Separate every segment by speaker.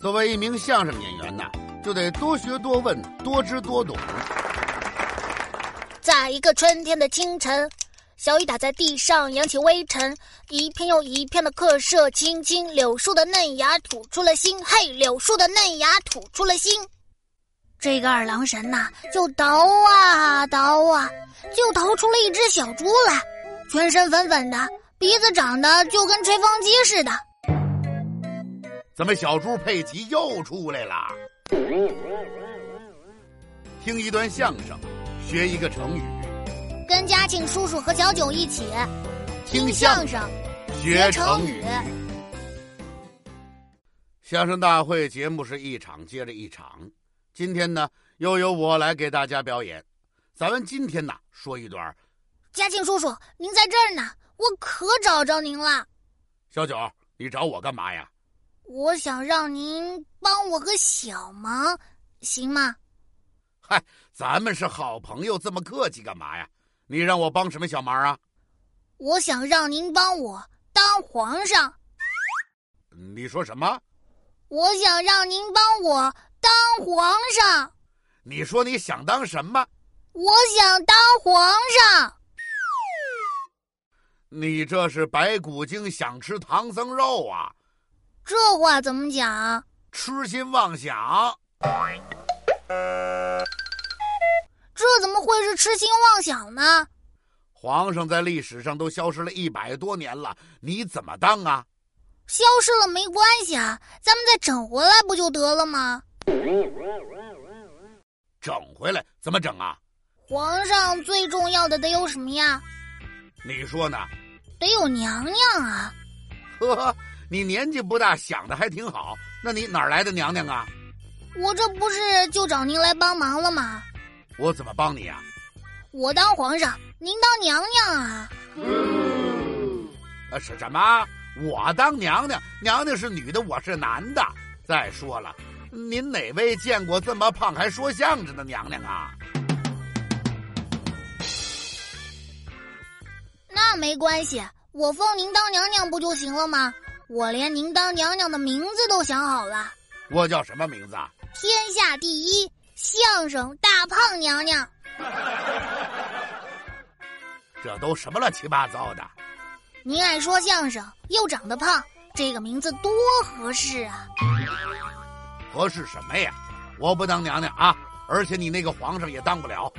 Speaker 1: 作为一名相声演员呐，就得多学多问，多知多懂。
Speaker 2: 在一个春天的清晨，小雨打在地上，扬起微尘，一片又一片的客舍，青青柳树的嫩芽吐出了心，嘿，柳树的嫩芽吐出了心。这个二郎神呐、就倒啊倒啊，就逃出了一只小猪来，全身粉粉的，鼻子长得就跟吹风机似的。
Speaker 1: 咱们小猪佩奇又出来了。听一段相声，学一个成语，
Speaker 2: 跟嘉庆叔叔和小九一起
Speaker 1: 听
Speaker 2: 相声，
Speaker 1: 学成语。相声大会节目是一场接着一场，今天呢，又由我来给大家表演。咱们今天呢，说一段。
Speaker 2: 嘉庆叔叔，您在这儿呢，我可找着您了。
Speaker 1: 小九，你找我干嘛呀？
Speaker 2: 我想让您帮我个小忙，行吗？
Speaker 1: 嗨，咱们是好朋友，这么客气干嘛呀？你让我帮什么小忙啊？
Speaker 2: 我想让您帮我当皇上，
Speaker 1: 你说什么？
Speaker 2: 我想让您帮我当皇上，
Speaker 1: 你说你想当什么？
Speaker 2: 我想当皇上。
Speaker 1: 你这是白骨精想吃唐僧肉啊，
Speaker 2: 这话怎么讲？啊
Speaker 1: 痴心妄想。
Speaker 2: 这怎么会是痴心妄想呢？
Speaker 1: 皇上在历史上都消失了一百多年了，你怎么当啊？
Speaker 2: 消失了没关系啊，咱们再整回来不就得了吗？
Speaker 1: 整回来怎么整啊？
Speaker 2: 皇上最重要的得有什么呀？
Speaker 1: 你说呢？
Speaker 2: 得有娘娘啊！
Speaker 1: 呵呵，你年纪不大，想的还挺好。那你哪儿来的娘娘啊？
Speaker 2: 我这不是就找您来帮忙了吗？
Speaker 1: 我怎么帮你啊？
Speaker 2: 我当皇上，您当娘娘啊！
Speaker 1: 啊，是什么？我当娘娘，娘娘是女的，我是男的。再说了，您哪位见过这么胖还说相声的娘娘啊？
Speaker 2: 那没关系，我封您当娘娘不就行了吗？我连您当娘娘的名字都想好了，
Speaker 1: 我叫什么名字啊？
Speaker 2: 天下第一相声大胖娘娘。
Speaker 1: 这都什么乱七八糟的？
Speaker 2: 您爱说相声，又长得胖，这个名字多合适啊！
Speaker 1: 合适什么呀？我不当娘娘啊！而且你那个皇上也当不了，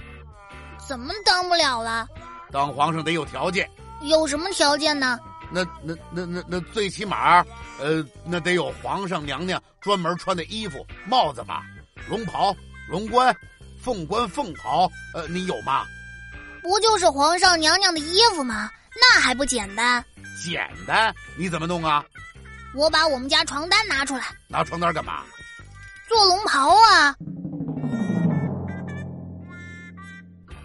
Speaker 2: 怎么当不了了？
Speaker 1: 当皇上得有条件。
Speaker 2: 有什么条件呢？
Speaker 1: 那那那那那最起码，呃，那得有皇上娘娘专门穿的衣服、帽子吧，龙袍、龙冠、凤冠、凤袍，呃，你有吗？
Speaker 2: 不就是皇上娘娘的衣服吗？那还不简单？
Speaker 1: 简单，你怎么弄啊？
Speaker 2: 我把我们家床单拿出来
Speaker 1: 拿床单干嘛？
Speaker 2: 做龙袍啊，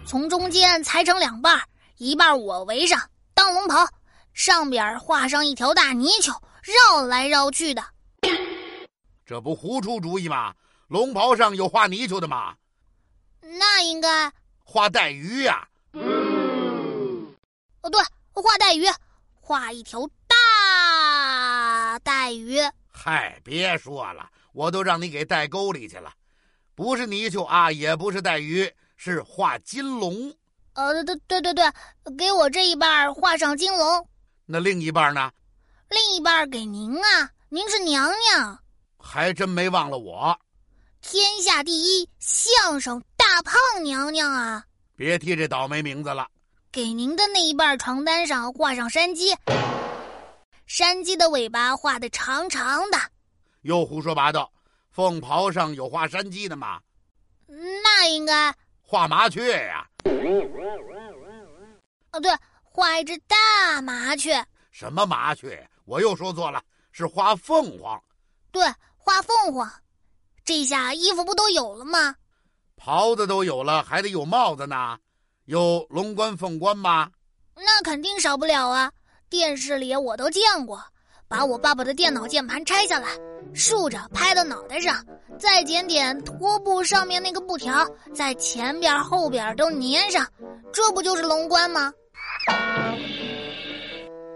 Speaker 2: 从中间裁成两半儿，一半儿我围上当龙袍，上边儿画上一条大泥鳅，绕来绕去的。
Speaker 1: 这不胡出主意吗？龙袍上有画泥鳅的吗？
Speaker 2: 那应该
Speaker 1: 画带鱼呀、
Speaker 2: 哦，对，画带鱼，画一条大带鱼。
Speaker 1: 嗨，别说了，我都让你给带沟里去了。不是泥鳅啊，也不是带鱼，是画金龙。
Speaker 2: 呃，对对对对，给我这一半儿画上金龙，
Speaker 1: 那另一半呢？
Speaker 2: 另一半儿给您啊，您是娘娘。
Speaker 1: 还真没忘了我。
Speaker 2: 天下第一相声大胖娘娘啊，
Speaker 1: 别提这倒霉名字了。
Speaker 2: 给您的那一半床单上画上山鸡，山鸡的尾巴画的长长的，
Speaker 1: 又胡说八道。凤袍上有画山鸡的吗？
Speaker 2: 那应该
Speaker 1: 画麻雀呀、
Speaker 2: 哦对，画一只大麻雀，
Speaker 1: 什么麻雀？我又说错了，是画凤凰。
Speaker 2: 对，画凤凰。这下衣服不都有了吗？
Speaker 1: 袍子都有了，还得有帽子呢。有龙冠凤冠吗？
Speaker 2: 那肯定少不了啊！电视里我都见过，把我爸爸的电脑键盘拆下来，竖着拍到脑袋上，再剪点拖布上面那个布条，在前边后边都粘上，这不就是龙冠吗？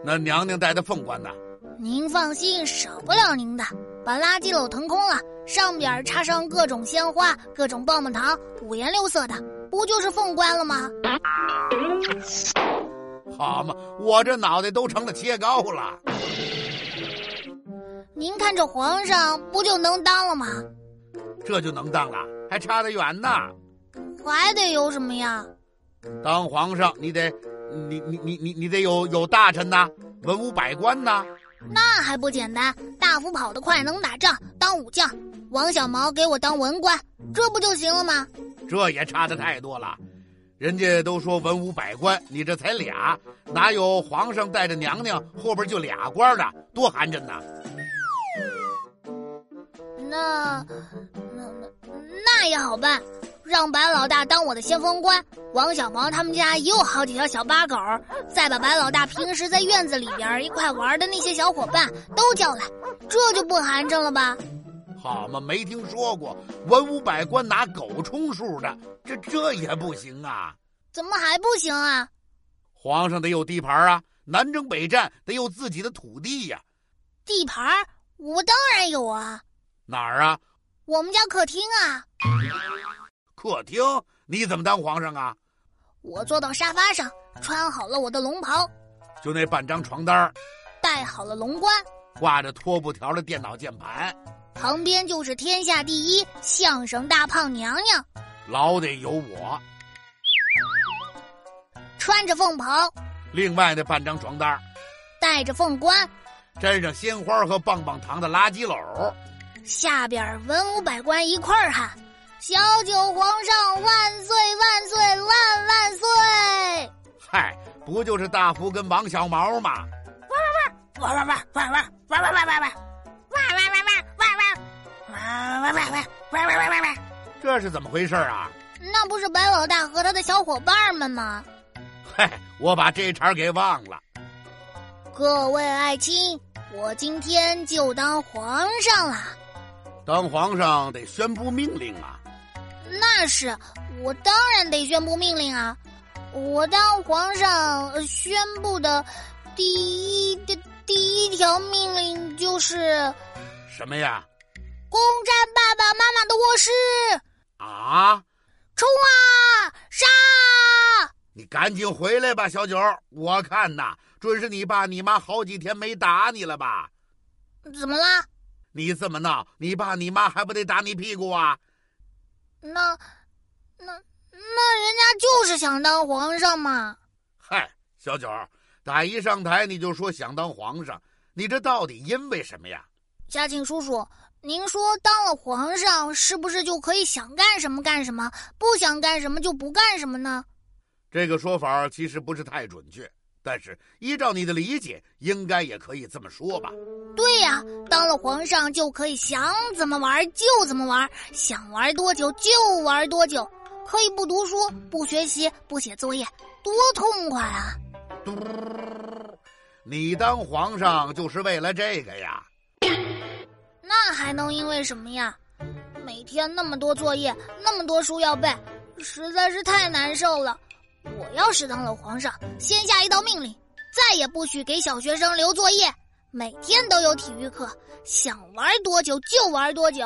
Speaker 1: 那娘娘戴的凤冠呢？
Speaker 2: 您放心，少不了您的。把垃圾篓腾空了，上边插上各种鲜花、各种棒棒糖，五颜六色的，不就是凤冠了吗？
Speaker 1: 好嘛，我这脑袋都成了切糕了。
Speaker 2: 您看这皇上不就能当了吗？
Speaker 1: 这就能当了，啊还差得远呢。
Speaker 2: 还得有什么呀？
Speaker 1: 当皇上，你得，你你你你你得有有大臣呐，文武百官呐。
Speaker 2: 那啊还不简单？大夫跑得快，能打仗，当武将；王小毛给我当文官，这不就行了吗？
Speaker 1: 这也差的太多了。人家都说文武百官，你这才俩，哪有皇上带着娘娘后边就俩官的，多寒碜呐！
Speaker 2: 那那那那也好办，让白老大当我的先锋官，王小毛他们家也有好几条小八狗，再把白老大平时在院子里边一块玩的那些小伙伴都叫来，这就不寒碜了吧？
Speaker 1: 好嘛，没听说过文武百官拿狗充数的，这这也不行啊！
Speaker 2: 怎么还不行啊？
Speaker 1: 皇上得有地盘啊，南征北战得有自己的土地呀、
Speaker 2: 地盘儿我当然有啊，
Speaker 1: 哪儿啊？
Speaker 2: 我们家客厅啊，
Speaker 1: 客厅？你怎么当皇上啊？
Speaker 2: 我坐到沙发上，穿好了我的龙袍，
Speaker 1: 就那半张床单儿，
Speaker 2: 戴好了龙冠，
Speaker 1: 挂着拖布条的电脑键盘，
Speaker 2: 旁边就是天下第一相声大胖娘娘。
Speaker 1: 老得有我。
Speaker 2: 穿着凤袍，
Speaker 1: 另外那半张床单儿，
Speaker 2: 戴着凤冠，
Speaker 1: 沾上鲜花和棒棒糖的垃圾篓儿。
Speaker 2: 下边文武百官一块儿喊：“小九皇上万岁万岁万万岁
Speaker 1: 嗨，不就是大福跟王小毛吗？！”
Speaker 3: 哇哇哇哇哇哇哇哇哇哇！哇哇哇哇哇哇！哇哇哇哇哇哇哇哇哇！
Speaker 1: 这是怎么回事儿啊？
Speaker 2: 那不是白老大和他的小伙伴们吗？
Speaker 1: 嗨，我把这茬儿给忘了。
Speaker 2: 各位爱卿，我今天就当皇上了。
Speaker 1: 当皇上得宣布命令啊！
Speaker 2: 那是，我当然得宣布命令啊！我当皇上呃宣布的第一的第一条命令就是。
Speaker 1: 什么呀？
Speaker 2: 攻占爸爸妈妈的卧室，
Speaker 1: 啊！
Speaker 2: 冲啊，杀！
Speaker 1: 你赶紧回来吧，小九儿，我看呐，准是你爸你妈好几天没打你了吧？
Speaker 2: 怎么啦？
Speaker 1: 你这么闹，你爸你妈还不得打你屁股啊？
Speaker 2: 那那那人家就是想当皇上嘛。
Speaker 1: 嗨，小九儿，打一上台你就说想当皇上，你这到底因为什么呀？
Speaker 2: 嘉庆叔叔，您说当了皇上是不是就可以想干什么干什么，不想干什么就不干什么呢？
Speaker 1: 这个说法儿其实不是太准确，但是依照你的理解，应该也可以这么说吧？
Speaker 2: 对呀、当了皇上就可以想怎么玩就怎么玩，想玩多久就玩多久，可以不读书、不学习、不写作业，多痛快啊！
Speaker 1: 嘟，你当皇上就是为了这个呀？
Speaker 2: 那还能因为什么呀？每天那么多作业，那么多书要背，实在是太难受了。我要是当了皇上，先下一道命令，再也不许给小学生留作业，每天都有体育课，想玩多久就玩多久。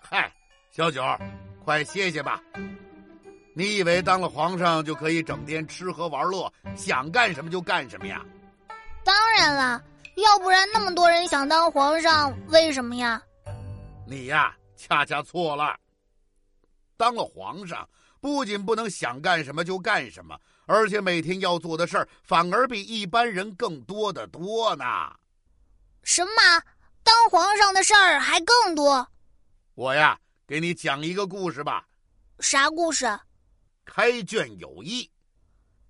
Speaker 1: 嗨，小九儿，快歇歇吧。你以为当了皇上就可以整天吃喝玩乐，想干什么就干什么呀？
Speaker 2: 当然啦，要不然那么多人想当皇上，为什么呀？
Speaker 1: 你呀、恰恰错了。当了皇上，不仅不能想干什么就干什么，而且每天要做的事儿反而比一般人更多的多呢。
Speaker 2: 什么？当皇上的事儿还更多？
Speaker 1: 我呀，给你讲一个故事吧。
Speaker 2: 啥故事？
Speaker 1: 开卷有益，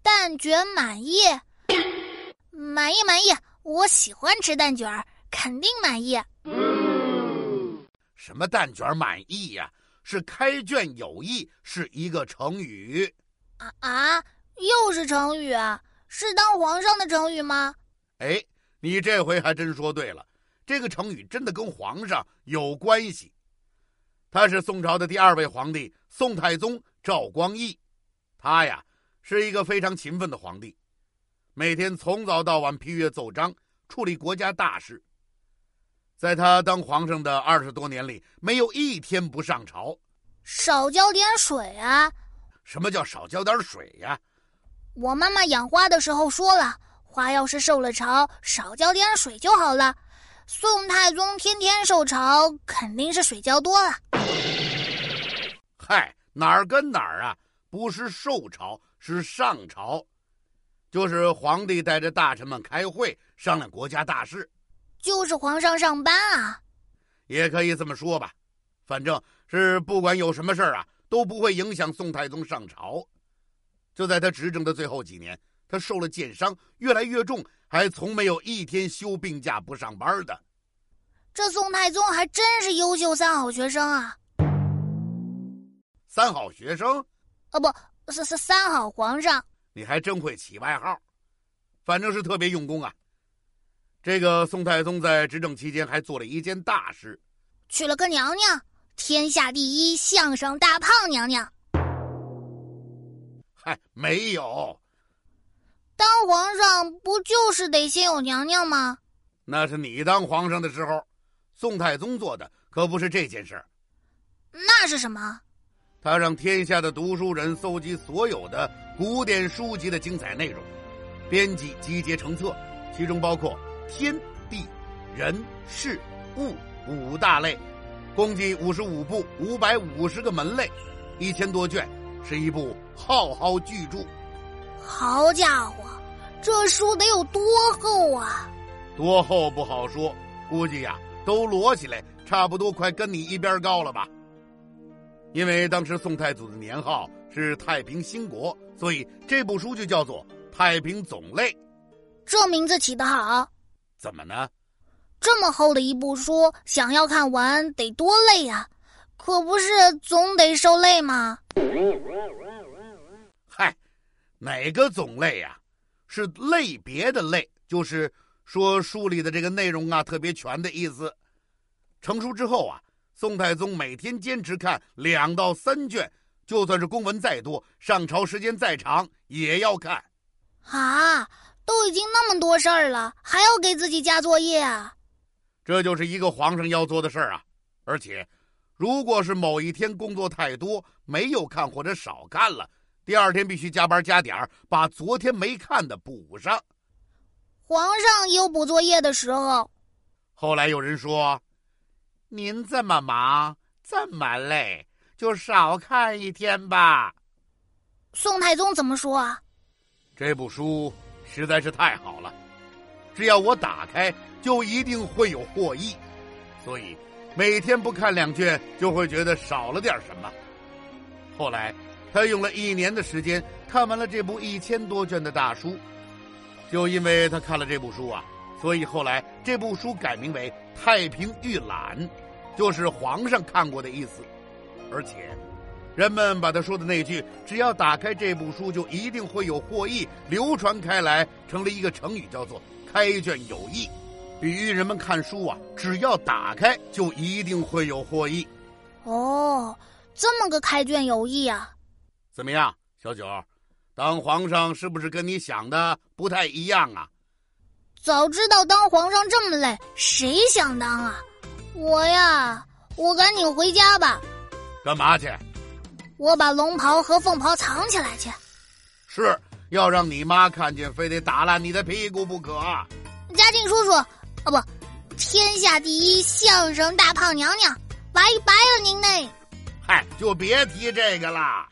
Speaker 2: 蛋卷满意， 满意满意，我喜欢吃蛋卷儿，肯定满意。
Speaker 1: 什么蛋卷满意呀、是开卷有益，是一个成语。
Speaker 2: 啊啊，又是成语啊？是当皇上的成语吗？
Speaker 1: 哎，你这回还真说对了，这个成语真的跟皇上有关系。他是宋朝的第二位皇帝宋太宗赵光义，他呀是一个非常勤奋的皇帝，每天从早到晚批阅奏章，处理国家大事。在他当皇上的二十多年里，没有一天不上朝。
Speaker 2: 少浇点水啊！
Speaker 1: 什么叫少浇点水呀、
Speaker 2: 我妈妈养花的时候说了，花要是受了潮，少浇点水就好了。宋太宗天天受潮，肯定是水浇多了。
Speaker 1: 嗨，哪儿跟哪儿啊？不是受朝，是上朝，就是皇帝带着大臣们开会商量国家大事，
Speaker 2: 就是皇上上班啊，
Speaker 1: 也可以这么说吧。反正是不管有什么事儿啊，都不会影响宋太宗上朝。就在他执政的最后几年，他受了箭伤，越来越重，还从没有一天休病假不上班的。
Speaker 2: 这宋太宗还真是优秀三好学生啊！
Speaker 1: 三好学生，
Speaker 2: 啊不，是是三好皇上。
Speaker 1: 你还真会起外号，反正是特别用功啊。这个宋太宗在执政期间还做了一件大事，
Speaker 2: 娶了个娘娘，天下第一相声大胖娘娘。
Speaker 1: 嗨，没有，
Speaker 2: 当皇上不就是得先有娘娘吗？
Speaker 1: 那是你当皇上的时候，宋太宗做的可不是这件事儿。
Speaker 2: 那是什么？
Speaker 1: 他让天下的读书人搜集所有的古典书籍的精彩内容，编辑集结成册，其中包括天地人事物五大类，共计五十五部，五百五十个门类，一千多卷，是一部浩浩巨著。
Speaker 2: 好家伙，这书得有多厚啊！
Speaker 1: 多厚不好说，估计呀、都摞起来差不多快跟你一边高了吧。因为当时宋太祖的年号是太平兴国，所以这部书就叫做《太平总类》。
Speaker 2: 这名字起得好，
Speaker 1: 怎么呢？
Speaker 2: 这么厚的一部书，想要看完得多累呀、可不是总得受累吗？
Speaker 1: 嗨，哪个总类呀、是类别的类，就是说书里的这个内容啊特别全的意思。成书之后啊，宋太宗每天坚持看两到三卷，就算是公文再多，上朝时间再长也要看。
Speaker 2: 啊，都已经那么多事儿了，还要给自己加作业啊？
Speaker 1: 这就是一个皇上要做的事儿啊！而且，如果是某一天工作太多，没有看或者少看了，第二天必须加班加点儿，把昨天没看的补上。
Speaker 2: 皇上也有补作业的时候，
Speaker 1: 后来有人说：“您这么忙，这么累，就少看一天吧。
Speaker 2: 宋太宗怎么说啊？”
Speaker 1: 这部书实在是太好了，只要我打开，就一定会有获益。所以每天不看两卷，就会觉得少了点什么。后来，他用了一年的时间看完了这部一千多卷的大书。就因为他看了这部书啊，所以后来这部书改名为《太平御览》，就是皇上看过的意思。而且，人们把他说的那句“只要打开这部书，就一定会有获益”流传开来，成了一个成语，叫做“开卷有益”，比喻人们看书啊，只要打开就一定会有获益。
Speaker 2: 哦，这么个开卷有益啊！
Speaker 1: 怎么样，小九儿？当皇上是不是跟你想的不太一样啊？
Speaker 2: 早知道当皇上这么累，谁想当啊？我呀，我赶紧回家吧，
Speaker 1: 干嘛去？
Speaker 2: 我把龙袍和凤袍藏起来去。
Speaker 1: 是要让你妈看见，非得打烂你的屁股不可啊。
Speaker 2: 嘉靖叔叔，啊不，天下第一相声大胖娘娘，拜拜了您嘞。
Speaker 1: 嗨，就别提这个啦。